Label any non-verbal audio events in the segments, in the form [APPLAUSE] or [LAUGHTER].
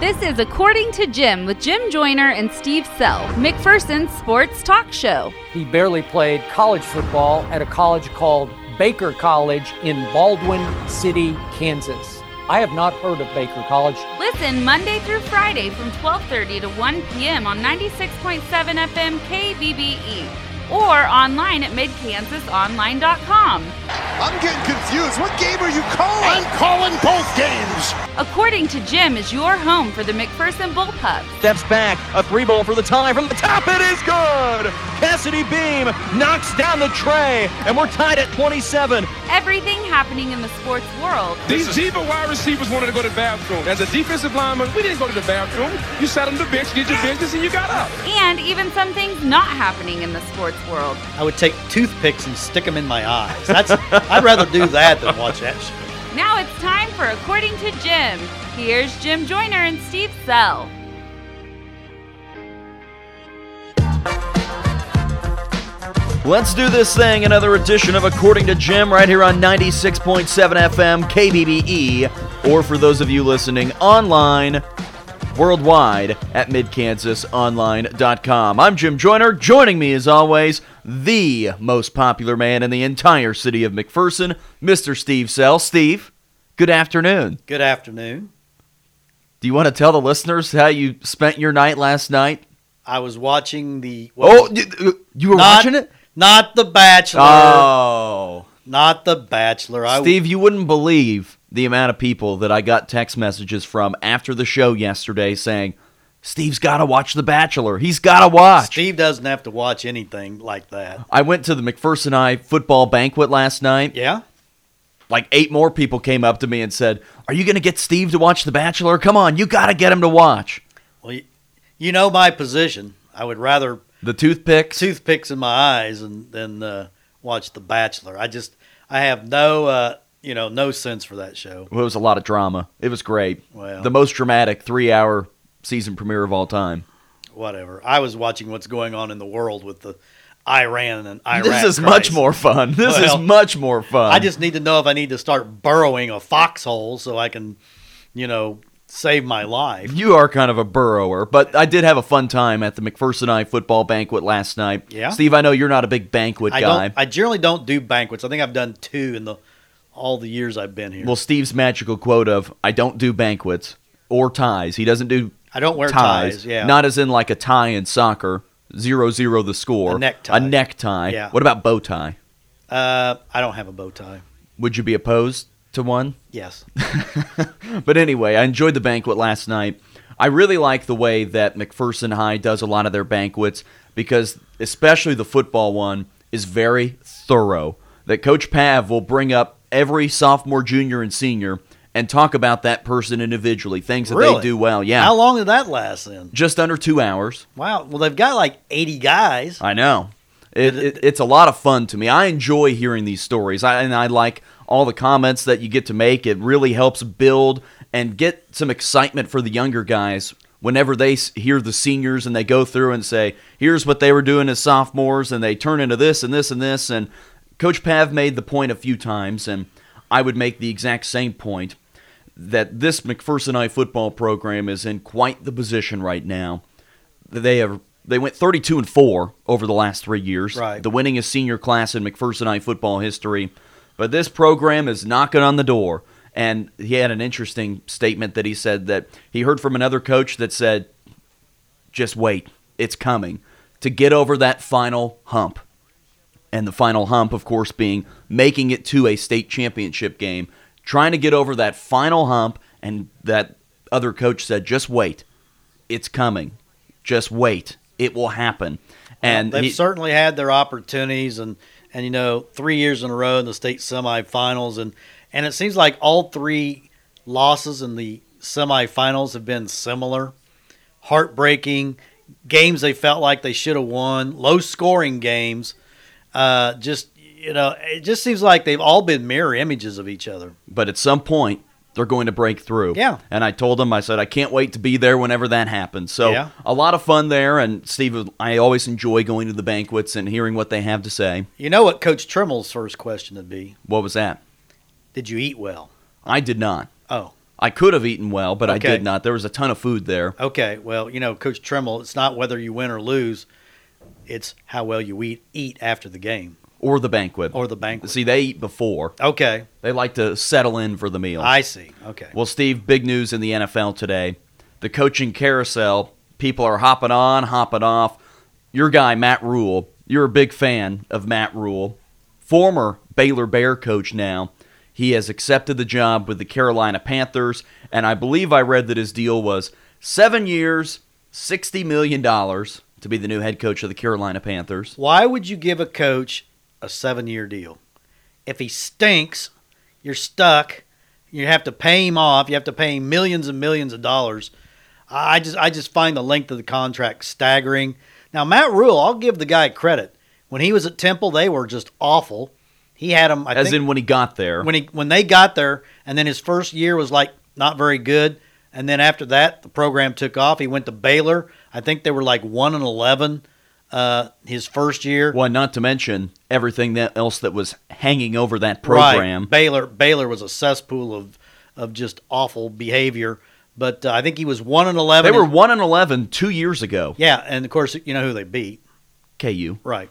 This is According to Jim with Jim Joyner and Steve Sell, McPherson's sports talk show. He barely played college football at a college called Baker College in Baldwin City, Kansas. I have not heard of Baker College. Listen Monday through Friday from 12:30 to 1 p.m. on 96.7 FM KBBE E or online at midkansasonline.com. I'm getting confused. What game are you calling? I'm calling both games. According to Jim, is your home for the McPherson Bullpups. Steps back, a three ball for the tie from the top. It is good. Cassidy Beam knocks down the tray, and we're tied at 27. Everything happening in the sports world. These diva wide receivers wanted to go to the bathroom. As a defensive lineman, we didn't go to the bathroom. You sat on the bench, did your business, and you got up. And even some things not happening in the sports world. I would take toothpicks and stick them in my eyes. That's I'd rather do that than watch that show. Now it's time for According to Jim. Here's Jim Joyner and Steve Sell. Let's do this thing. Another edition of According to Jim right here on 96.7 FM KBBE, E, or for those of you listening online worldwide at midkansasonline.com. I'm Jim Joyner. Joining me, as always, the most popular man in the entire city of McPherson, Mr. Steve Sell. Steve, good afternoon. Good afternoon. Do you want to tell the listeners how you spent your night last night? I was watching the. Oh, you were Not- watching it? Not The Bachelor. Oh. Not The Bachelor. I, Steve, you wouldn't believe the amount of people that I got text messages from after the show yesterday saying, Steve's got to watch The Bachelor. He's got to watch. Steve doesn't have to watch anything like that. I went to the McPherson I football banquet last night. Yeah? Like eight more people came up to me and said, Are you going to get Steve to watch The Bachelor? Come on, you got to get him to watch. Well, you, you know my position. I would rather The toothpicks. toothpicks in my eyes and then uh, watch The Bachelor. I just I have no uh, you know no sense for that show. Well, it was a lot of drama. It was great. Well. The most dramatic three hour season premiere of all time. Whatever. I was watching what's going on in the world with the Iran and Iraq. this is crisis. much more fun. This Well, is much more fun. I just need to know if I need to start burrowing a foxhole so I can you know save my life. You are kind of a burrower, but I did have a fun time at the McPherson I football banquet last night. Yeah? Steve, I know you're not a big banquet I guy. don't. I generally don't do banquets. I think I've done two in the all the years I've been here. well, Steve's magical quote of "I don't do banquets or ties." He doesn't do I don't wear ties. ties, yeah. not as in like a tie in soccer, zero zero the score. A necktie. A necktie. Yeah. What about bow tie? uh, I don't have a bow tie. Would you be opposed to one? Yes. But anyway, I enjoyed the banquet last night. I really like the way that McPherson High does a lot of their banquets because, especially the football one, is very thorough. That Coach Pav will bring up every sophomore, junior, and senior and talk about that person individually, things that Really? they do well. Yeah. How long did that last then? Just under two hours. Wow. Well, they've got like 80 guys. I know. It, it, it's a lot of fun to me. I enjoy hearing these stories, I, and I like all the comments that you get to make. It really helps build and get some excitement for the younger guys whenever they s- hear the seniors and they go through and say, "Here's what they were doing as sophomores," and they turn into this and this and this. And Coach Pav made the point a few times, and I would make the exact same point that this McPherson I football program is in quite the position right now they have they went 32 and 4 over the last 3 years. Right. The winningest senior class in McPherson High football history. But this program is knocking on the door and he had an interesting statement that he said that he heard from another coach that said just wait, it's coming to get over that final hump. And the final hump of course being making it to a state championship game, trying to get over that final hump and that other coach said just wait it's coming. Just wait. It will happen. And they've he- certainly had their opportunities and, and, you know, three years in a row in the state semifinals. And, and it seems like all three losses in the semifinals have been similar heartbreaking games they felt like they should have won, low scoring games. Uh, just, you know, it just seems like they've all been mirror images of each other. but at some point they're going to break through. Yeah. And I told him, I said, I can't wait to be there whenever that happens. So Yeah. a lot of fun there. And Steve, I always enjoy going to the banquets and hearing what they have to say. You know what Coach Trimmell's first question would be? What was that? Did you eat well? I did not. Oh, I could have eaten well, but Okay. I did not. There was a ton of food there. Okay, well, you know, Coach Tremble, it's not whether you win or lose, it's how well you eat eat after the game Or the banquet. or the banquet. See, they eat before. okay, They like to settle in for the meal. I see. Okay, Well, Steve, big news in the NFL today. The coaching carousel, people are hopping on, hopping off. Your guy, Matt Rule, you're a big fan of Matt Rule, former Baylor Bear coach now. He has accepted the job with the Carolina Panthers, and I believe I read that his deal was seven years, $60 million to be the new head coach of the Carolina Panthers. why would you give a coach a seven year deal if he stinks? You're stuck. You have to pay him off. You have to pay him millions and millions of dollars. I I just I just find the length of the contract staggering. Now Matt Rule, I'll give the guy credit. When he was at Temple, they were just awful. He had him. I As think, in when he got there. when he when they got there, and then his first year was like not very good, and then after that the program took off. He went to Baylor. I think they were like one and eleven uh, his first year. well, not to mention everything that else that was hanging over that program. Right. Baylor Baylor was a cesspool of of just awful behavior. But uh, I think he was one and eleven. They were one and eleven two years ago. yeah, and of course you know who they beat, KU. [LAUGHS] right?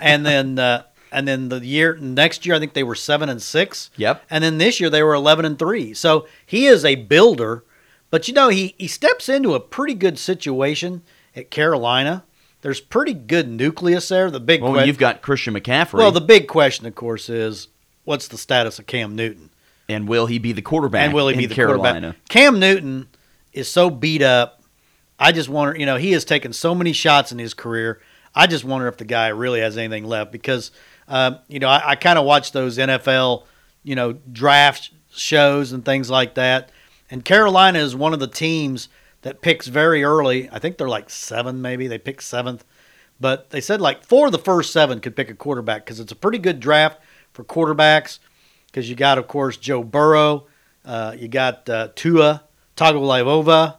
and then uh, and then the year next year I think they were seven and six. Yep. And then this year they were 11 and 3. So he is a builder, but you know, he, he steps into a pretty good situation at Carolina. There's pretty good nucleus there. The big Well, que- you've got Christian McCaffrey. well, the big question, of course, is what's the status of Cam Newton? and will he be the quarterback? And will he in be the Carolina? quarterback? Cam Newton is so beat up. I just wonder, you know, he has taken so many shots in his career. I just wonder if the guy really has anything left because, um, you know, I, I kind of watch those NFL, you know, draft shows and things like that. And Carolina is one of the teams that picks very early. I think they're like seven, maybe. They pick seventh. But they said like four of the first seven could pick a quarterback because it's a pretty good draft for quarterbacks because you got, of course, Joe Burrow. Uh, you got uh, Tua Tagovailoa.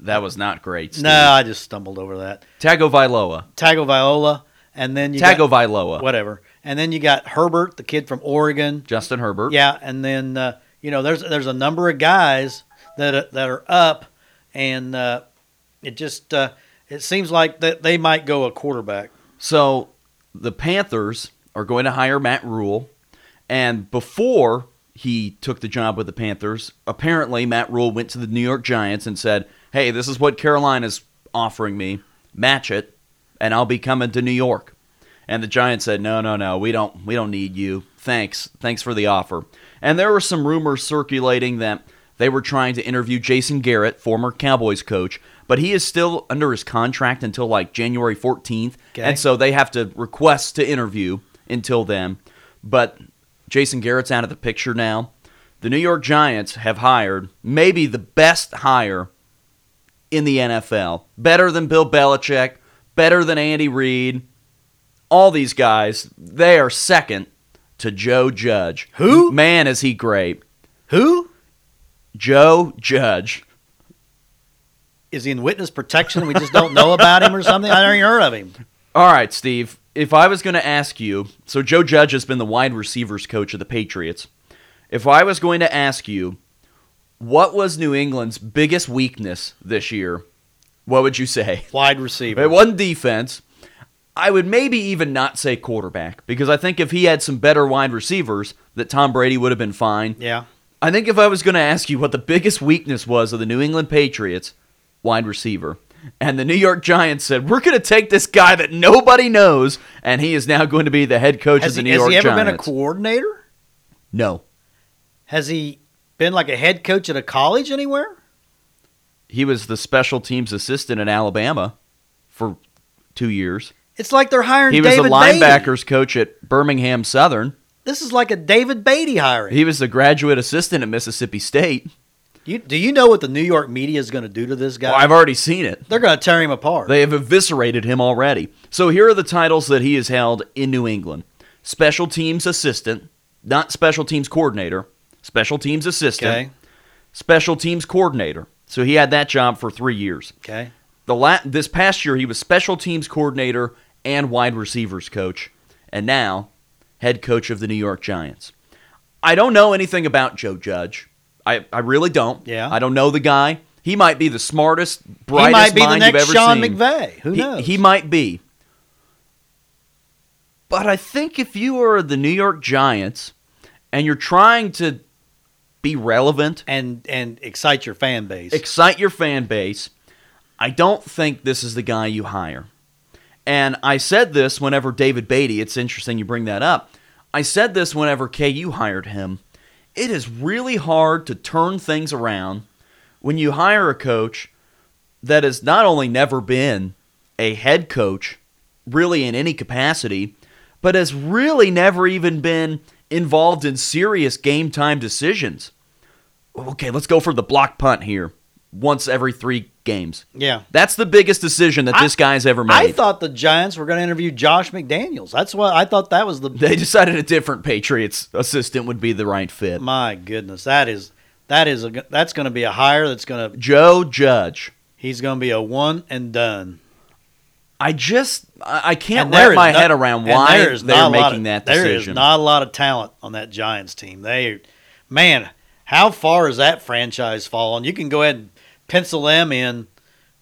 That was not great. Steve. No, I just stumbled over that. Tagovailoa. Tagovailoa, and then you got- Tagovailoa. whatever, and then you got Herbert, the kid from Oregon. Justin Herbert. Yeah, and then uh, you know there's there's a number of guys that are, that are up, and uh, it just uh, it seems like that they might go a quarterback. So the Panthers are going to hire Matt Rule, and before he took the job with the Panthers, apparently Matt Rule went to the New York Giants and said, "Hey, this is what Carolina's offering me. Match it, and I'll be coming to New York." And the Giants said, "No, no, no. We don't we don't need you. Thanks. Thanks for the offer." And there were some rumors circulating that they were trying to interview Jason Garrett, former Cowboys coach, but he is still under his contract until like January 14th. Okay. And so they have to request to interview until then. But Jason Garrett's out of the picture now. The New York Giants have hired maybe the best hire in the NFL. Better than Bill Belichick, better than Andy Reid. All these guys, they are second to Joe Judge. Who? Man, is he great. Who Joe Judge. is he in witness protection? We just don't know about him or something. I haven't heard of him. All right, Steve. If I was going to ask you, so Joe Judge has been the wide receivers coach of the Patriots. If I was going to ask you, what was New England's biggest weakness this year? What would you say? [LAUGHS] Wide receiver. It wasn't defense. I would maybe even not say quarterback because I think if he had some better wide receivers, that Tom Brady would have been fine. Yeah. I think if I was going to ask you what the biggest weakness was of the New England Patriots, wide receiver. And the New York Giants said, "We're going to take this guy that nobody knows, and he is now going to be the head coach Has of the he, New has York he ever Giants." been a coordinator? no, Has he been like a head coach at a college anywhere? he was the special teams assistant in Alabama for two years. It's like they're hiring He was the David Beatty. linebackers coach at Birmingham Southern. This is like a David Beatty hiring. He was the graduate assistant at Mississippi State. you, do you know what the New York media is going to do to this guy? Well, I've already seen it. they're going to tear him apart. They have eviscerated him already. So here are the titles that he has held in New England Special Teams Assistant, not Special Teams Coordinator, Special Teams Assistant, okay. Special Teams Coordinator. So he had that job for three years. Okay. The la- This past year, he was Special Teams Coordinator and Wide Receivers Coach, and now head coach of the New York Giants. I don't know anything about Joe Judge. I, I really don't. Yeah. I don't know the guy. He might be the smartest, brightest he might be the mind next you've ever Sean seen. McVay. Who he, knows? He might be. But I think if you are the New York Giants and you're trying to be relevant, and and excite your fan base. excite your fan base, I don't think this is the guy you hire. And I said this whenever David Beatty, it's interesting you bring that up. I said this whenever KU hired him. It is really hard to turn things around when you hire a coach that has not only never been a head coach, really in any capacity, but has really never even been involved in serious game time decisions. Okay, let's go for the block punt here once every three games. yeah. That's the biggest decision that I- this guy's ever made. I thought the Giants were going to interview Josh McDaniels. That's what I thought that was the they decided a different Patriots assistant would be the right fit. My goodness, that is that is a that's going to be a hire that's going to Joe Judge. he's going to be a one and done. I just I I can't And there wrap is my no- head around and why there is they're not a lot making of- that There decision. is not a lot of talent on that Giants team. They, man, how far is that franchise fallen? You can go ahead and pencil them in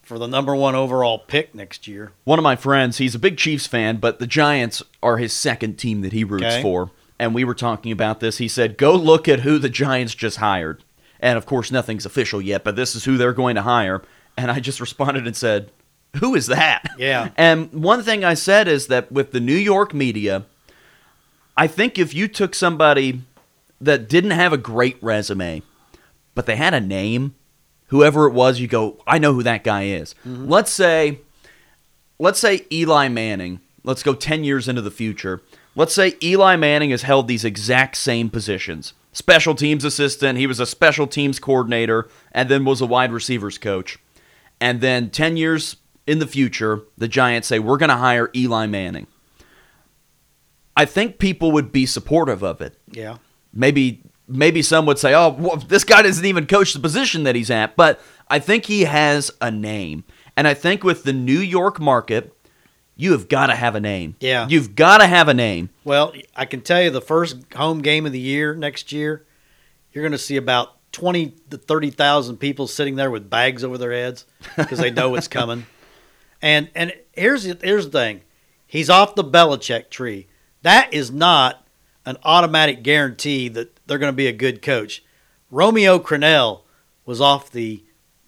for the number one overall pick next year. One of my friends, he's a big Chiefs fan, but the Giants are his second team that he roots Okay. for. And we were talking about this. He said, "Go look at who the Giants just hired." And of course, nothing's official yet, but this is who they're going to hire. And I just [LAUGHS] responded and said, "Who is that?" Yeah. And one thing I said is that with the New York media, I think if you took somebody that didn't have a great resume, but they had a name, whoever it was, you go, I know who that guy is. Mm-hmm. Let's say, let's say Eli Manning. Let's go ten years into the future. Let's say Eli Manning has held these exact same positions: special teams assistant. He was a special teams coordinator, and then was a wide receivers coach. And then ten years in the future, the Giants say we're going to hire Eli Manning. I think people would be supportive of it Yeah, maybe maybe some would say, "Oh, well, this guy doesn't even coach the position that he's at," but I think he has a name. And I think with the New York market, you have got to have a name. Yeah. You've got to have a name. Well, I can tell you the first home game of the year next year, you're going to see about twenty to thirty thousand people sitting there with bags over their heads because they know it's coming. And and here's the, here's the thing, he's off the Belichick tree. That is not an automatic guarantee that they're going to be a good coach. Romeo Crennel was off the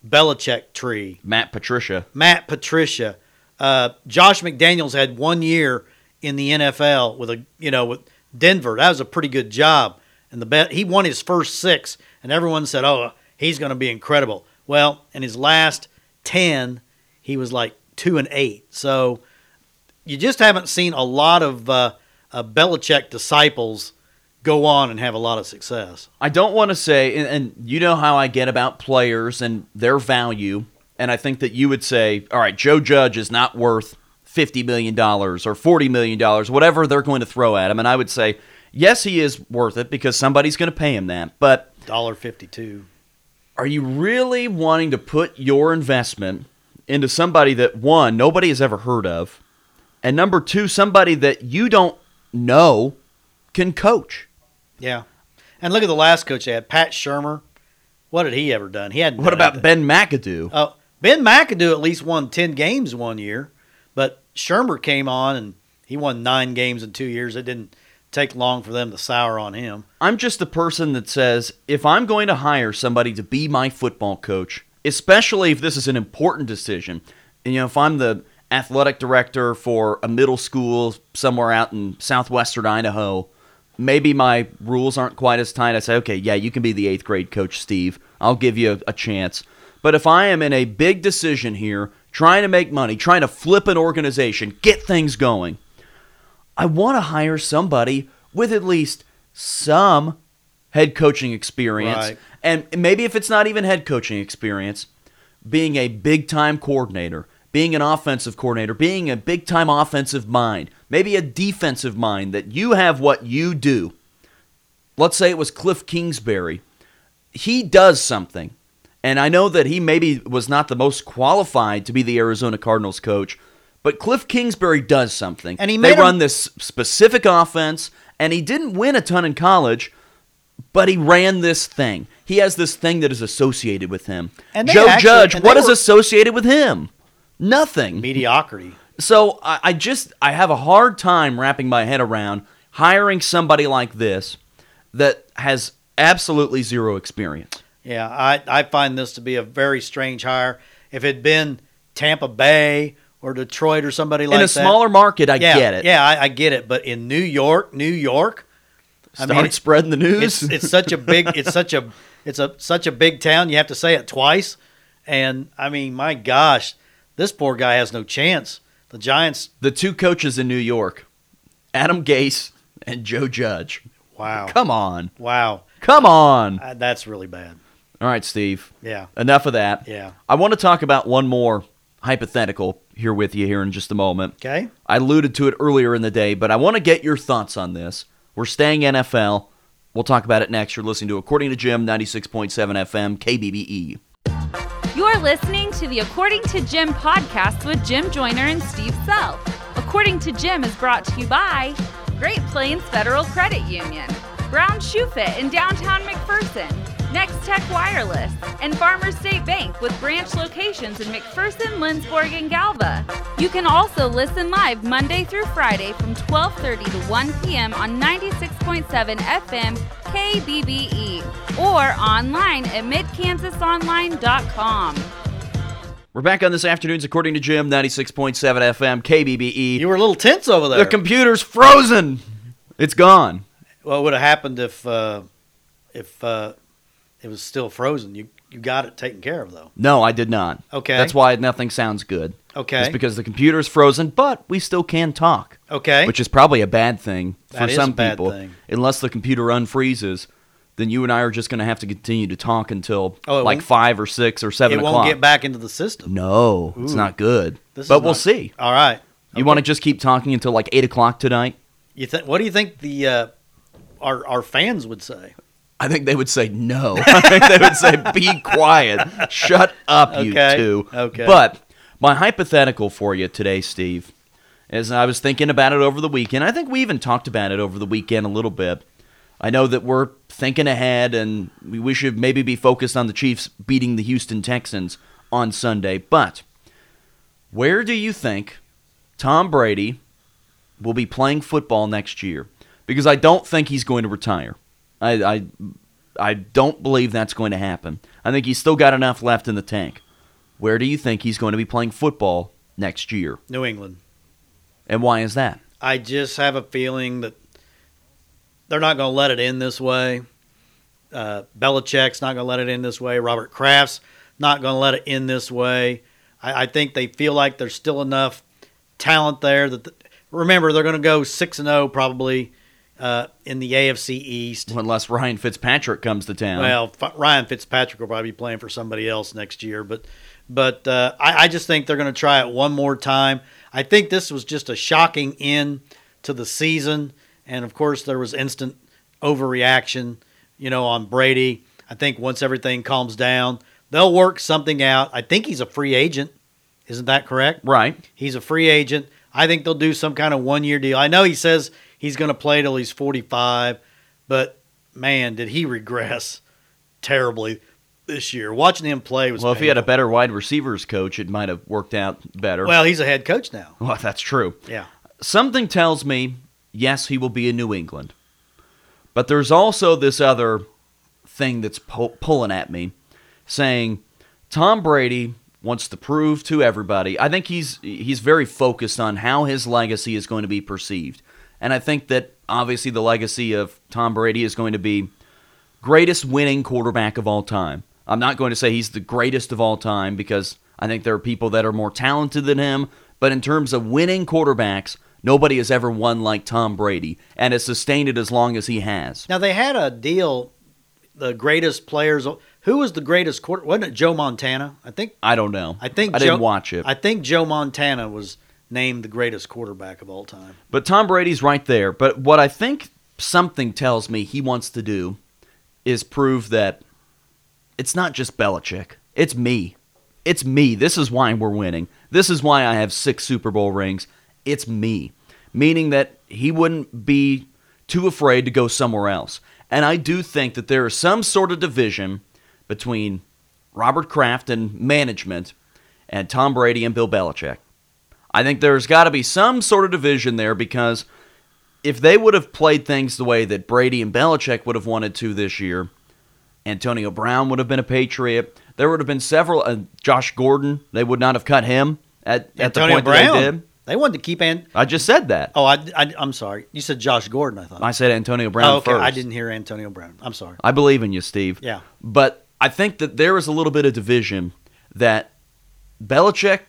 Belichick tree. Matt Patricia. Matt Patricia, uh, Josh McDaniels had one year in the NFL with a you know with Denver. That was a pretty good job, and the bet he won his first six, and everyone said, "Oh, he's going to be incredible." Well, in his last ten, he was like two and eight. So you just haven't seen a lot of uh, uh, Belichick disciples go on and have a lot of success. I don't want to say, and, and you know how I get about players and their value. And I think that you would say, all right, Joe Judge is not worth $50 million or $40 million, whatever they're going to throw at him. And I would say, yes, he is worth it because somebody's going to pay him that. But Dollar fifty-two. are you really wanting to put your investment into somebody that one nobody has ever heard of and number two somebody that you don't know can coach Yeah. And look at the last coach they had, Pat Shermer. What had he ever done? He had what about ben mcadoo Oh, Ben McAdoo at least won ten games one year, but Shermer came on and he won nine games in two years. It didn't take long for them to sour on him. i'm just the person that says if i'm going to hire somebody to be my football coach especially if this is an important decision and you know if i'm the athletic director for a middle school somewhere out in southwestern idaho maybe my rules aren't quite as tight. I say, okay, yeah, you can be the eighth grade coach, Steve. I'll give you a, a chance. But if I am in a big decision here, trying to make money, trying to flip an organization, get things going, I want to hire somebody with at least some head coaching experience. Right. And maybe if it's not even head coaching experience, being a big time coordinator, being an offensive coordinator, being a big time offensive mind, maybe a defensive mind that you have what you do. Let's say it was Cliff Kingsbury. He does something. And I know that he maybe was not the most qualified to be the Arizona Cardinals coach, but Cliff Kingsbury does something. And he they made him- run this specific offense, and he didn't win a ton in college, But he ran this thing. He has this thing that is associated with him. And they Joe actually- Judge, and they what is were- associated with him? Nothing. mediocrity. So I, I just I have a hard time wrapping my head around hiring somebody like this that has absolutely zero experience. Yeah, I, I find this to be a very strange hire. If it had been Tampa Bay or Detroit or somebody like In a that, smaller market, I yeah, get it. Yeah, I, I get it. But in New York, New York, Start spreading the news. It's, it's such a big, it's such a, it's a such a big town. You have to say it twice. And I mean, my gosh, this poor guy has no chance. The Giants, [LAUGHS] the two coaches in New York, Adam Gase and Joe Judge. wow, Come on. wow, Come on. Uh, that's really bad. All right, Steve. Yeah, Enough of that. yeah, I want to talk about one more hypothetical here with you here in just a moment. okay, I alluded to it earlier in the day, but I want to get your thoughts on this. We're staying NFL. We'll talk about it next. You're listening to According to Jim, 96.7 FM, KBBE. You're listening to the According to Jim podcast with Jim Joyner and Steve Self. According to Jim is brought to you by Great Plains Federal Credit Union, Brown Shoe Fit in downtown McPherson, Next Tech Wireless, and Farmer State Bank with branch locations in McPherson, Lindsborg, and Galva. You can also listen live Monday through Friday from 12:30 to 1 p.m. on 96.7 FM KBBE E or online at midkansasonline.com. We're back on this afternoon's According to Jim, 96.7 FM, KBBE. you were a little tense over there. E. The computer's frozen. It's gone. What would have happened if uh, if uh, it was still frozen? You you got it taken care of though. No, I did not. Okay. That's why nothing sounds good. Okay. It's because the computer's frozen, but we still can talk. Okay. Which is probably a bad thing for That is some a bad people. thing. Unless the computer unfreezes, then you and I are just going to have to continue to talk until Oh, it like won't- five or six or it seven won't o'clock. get back into the system. No, it's not good. This is but we'll not- see. All right. You want to just keep talking until like eight o'clock tonight? You think? What do you think the uh, our our fans would say? I think they would say no. [LAUGHS] I think they would say, be quiet. Shut up, you Okay. two. Okay. But my hypothetical for you today, Steve, is I was thinking about it over the weekend. I think we even talked about it over the weekend a little bit. I know that we're thinking ahead and we, we should maybe be focused on the Chiefs beating the Houston Texans on Sunday. But where do you think Tom Brady will be playing football next year? Because I don't think he's going to retire. I, I I don't believe that's going to happen. I think he's still got enough left in the tank. Where do you think he's going to be playing football next year? New England. And why is that? I just have a feeling that they're not going to let it in this way. Uh, Belichick's not going to let it in this way. Robert Kraft's not going to let it in this way. I, I think they feel like there's still enough talent there that. The, remember, they're going to go six and zero probably uh, in the AFC East. Unless Ryan Fitzpatrick comes to town. Well, F- Ryan Fitzpatrick will probably be playing for somebody else next year, but but uh, I, I just think they're going to try it one more time. I think this was just a shocking end to the season, and of course there was instant overreaction, you know, on Brady. I think once everything calms down, they'll work something out. I think he's a free agent, isn't that correct? right. He's a free agent. I think they'll do some kind of one year deal. I know he says he's going to play till he's 45, but man, did he regress terribly this year. Watching him play was Well, if he had a painful. better wide receivers coach, it might have worked out better. well, he's a head coach now. [LAUGHS] Well, that's true. Yeah. Something tells me, yes, he will be in New England. But there's also this other thing that's pu- pulling at me saying Tom Brady wants to prove to everybody. I think he's he's very focused on how his legacy is going to be perceived. And I think that obviously the legacy of Tom Brady is going to be greatest winning quarterback of all time. I'm not going to say he's the greatest of all time because I think there are people that are more talented than him, but in terms of winning quarterbacks, nobody has ever won like Tom Brady and has sustained it as long as he has. Now they had a deal the greatest players who was the greatest quarter wasn't it Joe Montana? I think I don't know. I think I Joe, didn't watch it. I think Joe Montana was named the greatest quarterback of all time. But Tom Brady's right there. But what I think something tells me he wants to do is prove that it's not just Belichick. It's me. It's me. This is why we're winning. This is why I have six Super Bowl rings. It's me. Meaning that he wouldn't be too afraid to go somewhere else. And I do think that there is some sort of division between Robert Kraft and management and Tom Brady and Bill Belichick. I think there's got to be some sort of division there because if they would have played things the way that Brady and Belichick would have wanted to this year, Antonio Brown would have been a Patriot. There would have been several. Uh, Josh Gordon, they would not have cut him at, at the Antonio point Brown. that they did. They wanted to keep An. I just said that. Oh, I, I, am sorry. You said Josh Gordon. I thought. I said Antonio Brown oh, okay. first. I didn't hear Antonio Brown. I'm sorry. I believe in you, Steve. Yeah. But I think that there is a little bit of division that Belichick,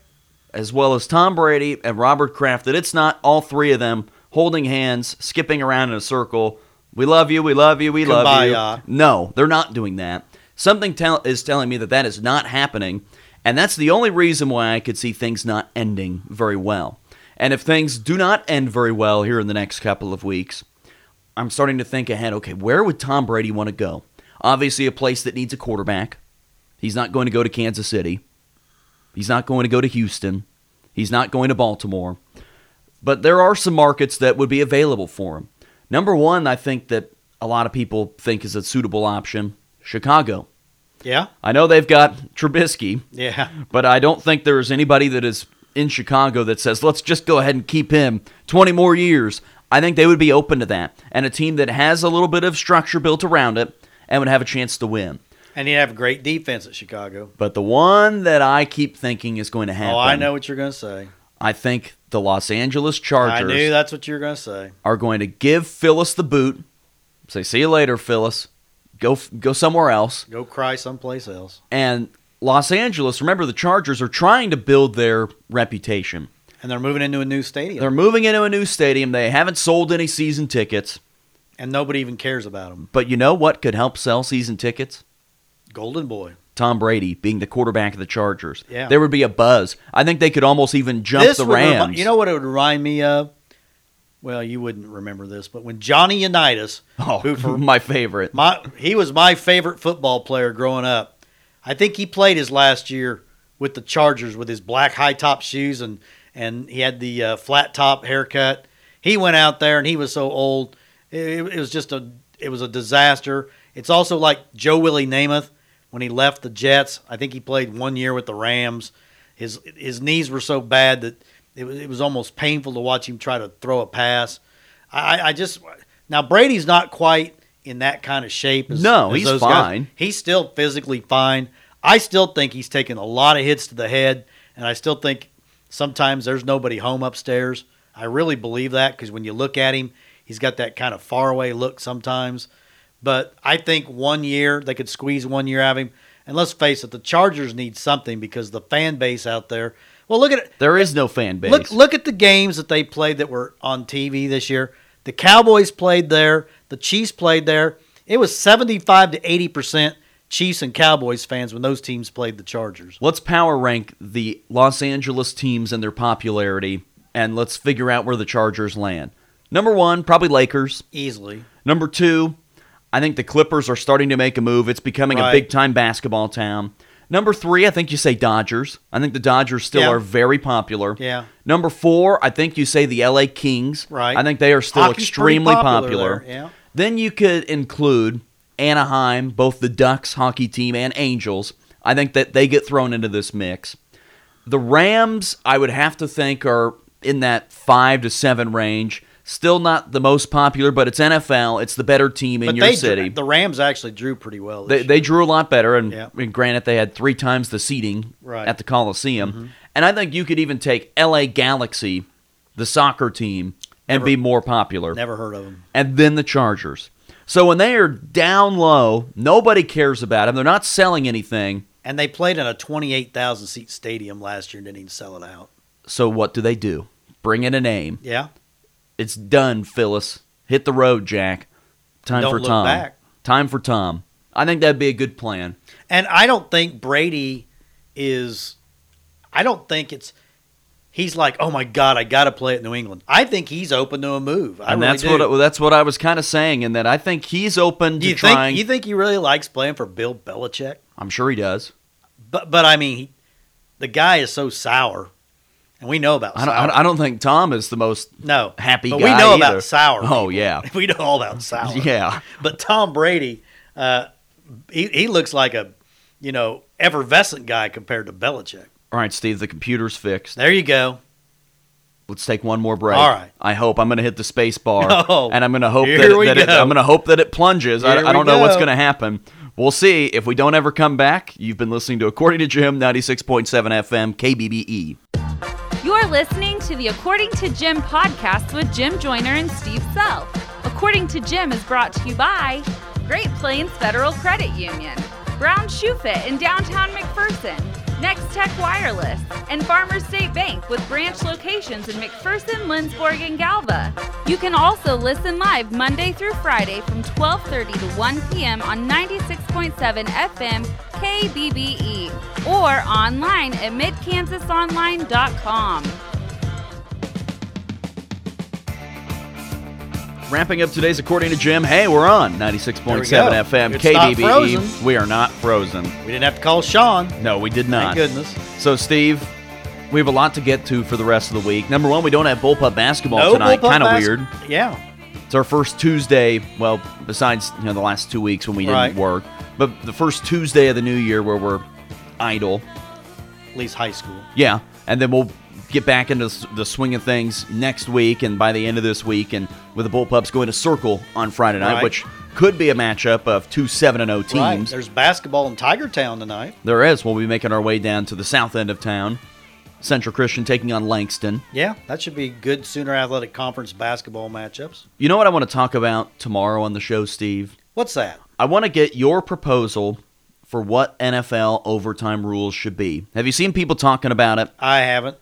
as well as Tom Brady and Robert Kraft, that it's not all three of them holding hands, skipping around in a circle. We love you, we love you, we love Kumbaya. you. No, they're not doing that. Something tell- is telling me that that is not happening. And that's the only reason why I could see things not ending very well. And if things do not end very well here in the next couple of weeks, I'm starting to think ahead. Okay, where would Tom Brady want to go? Obviously, a place that needs a quarterback. He's not going to go to Kansas City. He's not going to go to Houston. He's not going to Baltimore. But there are some markets that would be available for him. Number one, I think that a lot of people think is a suitable option Chicago. Yeah. I know they've got Trubisky, Yeah. [LAUGHS] but I don't think there is anybody that is in Chicago that says, let's just go ahead and keep him 20 more years. I think they would be open to that. And a team that has a little bit of structure built around it and would have a chance to win. And you have great defense at Chicago. But the one that I keep thinking is going to happen, Oh, I know what you're going to say. I think the Los Angeles I Chargers knew that's what you were going to say. are going to give Phyllis the boot. Say, see you later, Phyllis. Go, f- go somewhere else. Go cry someplace else. And Los Angeles, remember, the Chargers are trying to build their reputation. And they're moving into a new stadium, They're moving into a new stadium. They haven't sold any season tickets, and nobody even cares about them. but you know what could help sell season tickets? Golden Boy. Tom Brady being the quarterback of the Chargers. Yeah. There would be a buzz. I think they could almost even jump the would remi- Rams. you know what it would remind me of? Well, you wouldn't remember this, but when Johnny Unitas, oh, who [LAUGHS] for my favorite. my he was my favorite football player growing up. I think he played his last year with the Chargers with his black high top shoes and and he had the uh, flat top haircut. He went out there and he was so old. It, it was just a it was a disaster. It's also like Joe Willie Namath when he left the Jets. I think he played one year with the Rams. His his knees were so bad that it was it was almost painful to watch him try to throw a pass. I, I just now Brady's not quite in that kind of shape. As, No, as he's those guys. fine. He's still physically fine. I still think he's taking a lot of hits to the head, and I still think sometimes there's nobody home upstairs. I really believe that because when you look at him, he's got that kind of faraway look sometimes. But I think one year they could squeeze one year out of him. And let's face it, the Chargers need something because the fan base out there. Well, look at it. There is no fan base. Look, look at the games that they played that were on TV this year. The Cowboys played there. The Chiefs played there. It was 75 to 80 percent Chiefs and Cowboys fans when those teams played the Chargers. Let's power rank the Los Angeles teams and their popularity, and let's figure out where the Chargers land. Number one, probably Lakers. Easily. Number two, I think the Clippers are starting to make a move. It's becoming a Right. big time basketball town. Number three, I think you say Dodgers. I think the Dodgers still Yeah. are very popular. Yeah. Number four, I think you say the LA Kings. Right. I think they are still Hockey's pretty extremely popular popular. there, yeah. Then you could include Anaheim, both the Ducks hockey team and Angels. I think that they get thrown into this mix. The Rams, I would have to think, are in that five to seven range. Still not the most popular, but it's NFL. It's the better team in but your they drew- city. the Rams actually drew pretty well. This they, they drew a lot better, and, Yeah. and granted, they had three times the seating Right. Mm-hmm. at the Coliseum. And I think you could even take LA Galaxy, the soccer team, and be more popular year. Never heard of them. and then the Chargers. So when they are down low, nobody cares about them. They're not selling anything. And they played in a 28,000 seat stadium last year and didn't even sell it out. So what do they do? Bring in a name. Yeah. It's done, Phyllis. Hit the road, Jack. Time Don't for look Tom. back. Time for Tom. I think that'd be a good plan. And I don't think Brady is. I don't think it's. He's like, oh my god, I got to play at New England. I think he's open to a move. I and really that's do. what well, that's what I was kind of saying, in that I think he's open to you trying. think you think he really likes playing for Bill Belichick? I'm sure he does. But but I mean, he, the guy is so sour. and we know about. I don't, Sauer. I don't think Tom is the most no happy but guy we know either. about sour. Oh, [LAUGHS] yeah. we know all about sour. [LAUGHS] Yeah. but Tom Brady, uh, he he looks like a you know effervescent guy compared to Belichick. All right, Steve, the computer's fixed. There you go. Let's take one more break. All right. I hope I'm going to hit the space [LAUGHS] bar, Oh, and I'm going to hope here that, we that it, go. I'm going to hope that it plunges. I, Here I don't we know what's go. going to happen. We'll see if we don't ever come back. You've been listening to According to Jim, 96.7 FM, KBBE. You're listening to the According to Jim podcast with Jim Joyner and Steve Self. According to Jim is brought to you by Great Plains Federal Credit Union, Brown Shoe Fit in downtown McPherson, Next Tech Wireless, and Farmer State Bank with branch locations in McPherson, Lindsborg, and Galva. You can also listen live Monday through Friday from 12:30 to 1 p.m. on 96.7 FM KBBE E or online at midkansasonline.com. Wrapping up today's According to Jim, hey, we're on 96.7 There we go. FM, It's not KBBE. frozen. E. We are not frozen. We didn't have to call Sean. No, we did not. Thank goodness. So, Steve, we have a lot to get to for the rest of the week. Number one, we don't have bullpup basketball tonight. bullpup Kind of basket- weird. Yeah. It's our first Tuesday. Well, besides you know the last two weeks when we didn't Right. work, but the first Tuesday of the new year where we're idle. At least high school. Yeah, and then we'll get back into s- the swing of things next week, and by the end of this week, and with the bullpups going to circle on Friday night, Right. which could be a matchup of two seven and zero Right. teams. There's basketball in Tiger Town tonight. There is. We'll be making our way down to the south end of town. Central Christian taking on Langston. Yeah, that should be good Sooner Athletic Conference basketball matchups. You know what I want to talk about tomorrow on the show, Steve? What's that? I want to get your proposal for what NFL overtime rules should be. Have you seen people talking about it? I haven't.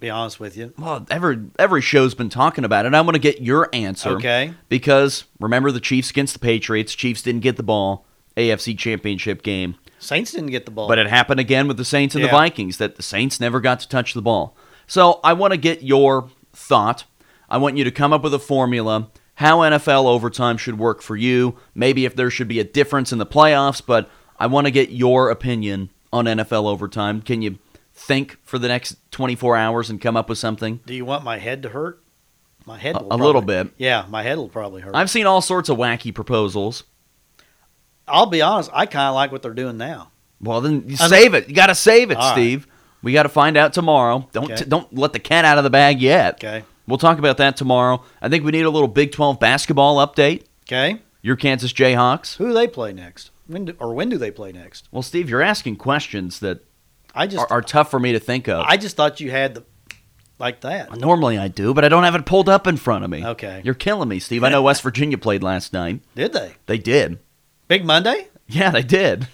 Be honest with you. Well, every every show's been talking about it. and I want to get your answer. Okay. Because remember the Chiefs against the Patriots, Chiefs didn't get the ball AFC Championship game. Saints didn't get the ball. But it happened again with the Saints and the Yeah. Vikings that the Saints never got to touch the ball. So I want to get your thought. I want you to come up with a formula how NFL overtime should work for you. Maybe if there should be a difference in the playoffs, but I want to get your opinion on NFL overtime. Can you think for the next 24 hours and come up with something? Do you want my head to hurt? My head A- will a little probably- bit. Yeah, my head will probably hurt. i I've seen all sorts of wacky proposals. will be honest. I kind of like what they're doing now. Well, then you I'm- save it. You got to save it, All right. Steve. We got to find out tomorrow. Don't Okay. don't let the cat out of the bag yet. Okay. We'll talk about that tomorrow. I think we need a little Big 12 basketball update. Okay. Your Kansas Jayhawks. Who do they play next? When do, or when do they play next? Well, Steve, you're asking questions that I just are, are tough for me to think of. I just thought you had the like that. Normally I do, but I don't have it pulled up in front of me. Okay. You're killing me, Steve. I know [LAUGHS] West Virginia played last night. Did they? They did. Big Monday? Yeah, they did.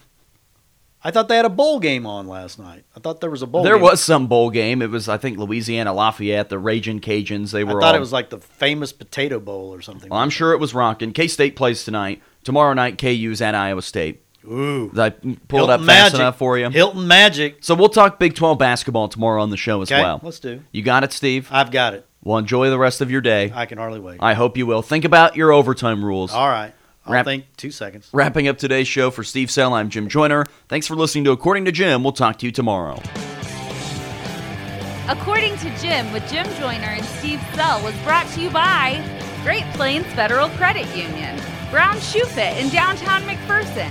I thought they had a bowl game on last night. I thought there was a bowl. there game. was some bowl game. It was, I think, Louisiana Lafayette, the Raging Cajuns. They I were thought all, it was like the famous potato bowl or something. Well, I'm sure it was rocking. K State plays tonight. Tomorrow night, KU's at Iowa State. Ooh. Did I pull it Hilton up fast Magic. enough for you? Hilton Magic. So we'll talk Big 12 basketball tomorrow on the show as Okay, well. let's do. You got it, Steve. I've got it. Well, enjoy the rest of your day. I can hardly wait. I hope you will. Think about your overtime rules. All right. I'll Wrap- think two seconds. Wrapping up today's show for Steve Sell, I'm Jim Joyner. Thanks for listening to According to Jim. We'll talk to you tomorrow. According to Jim with Jim Joyner and Steve Sell was brought to you by Great Plains Federal Credit Union, Brown Shoe Fit in downtown McPherson,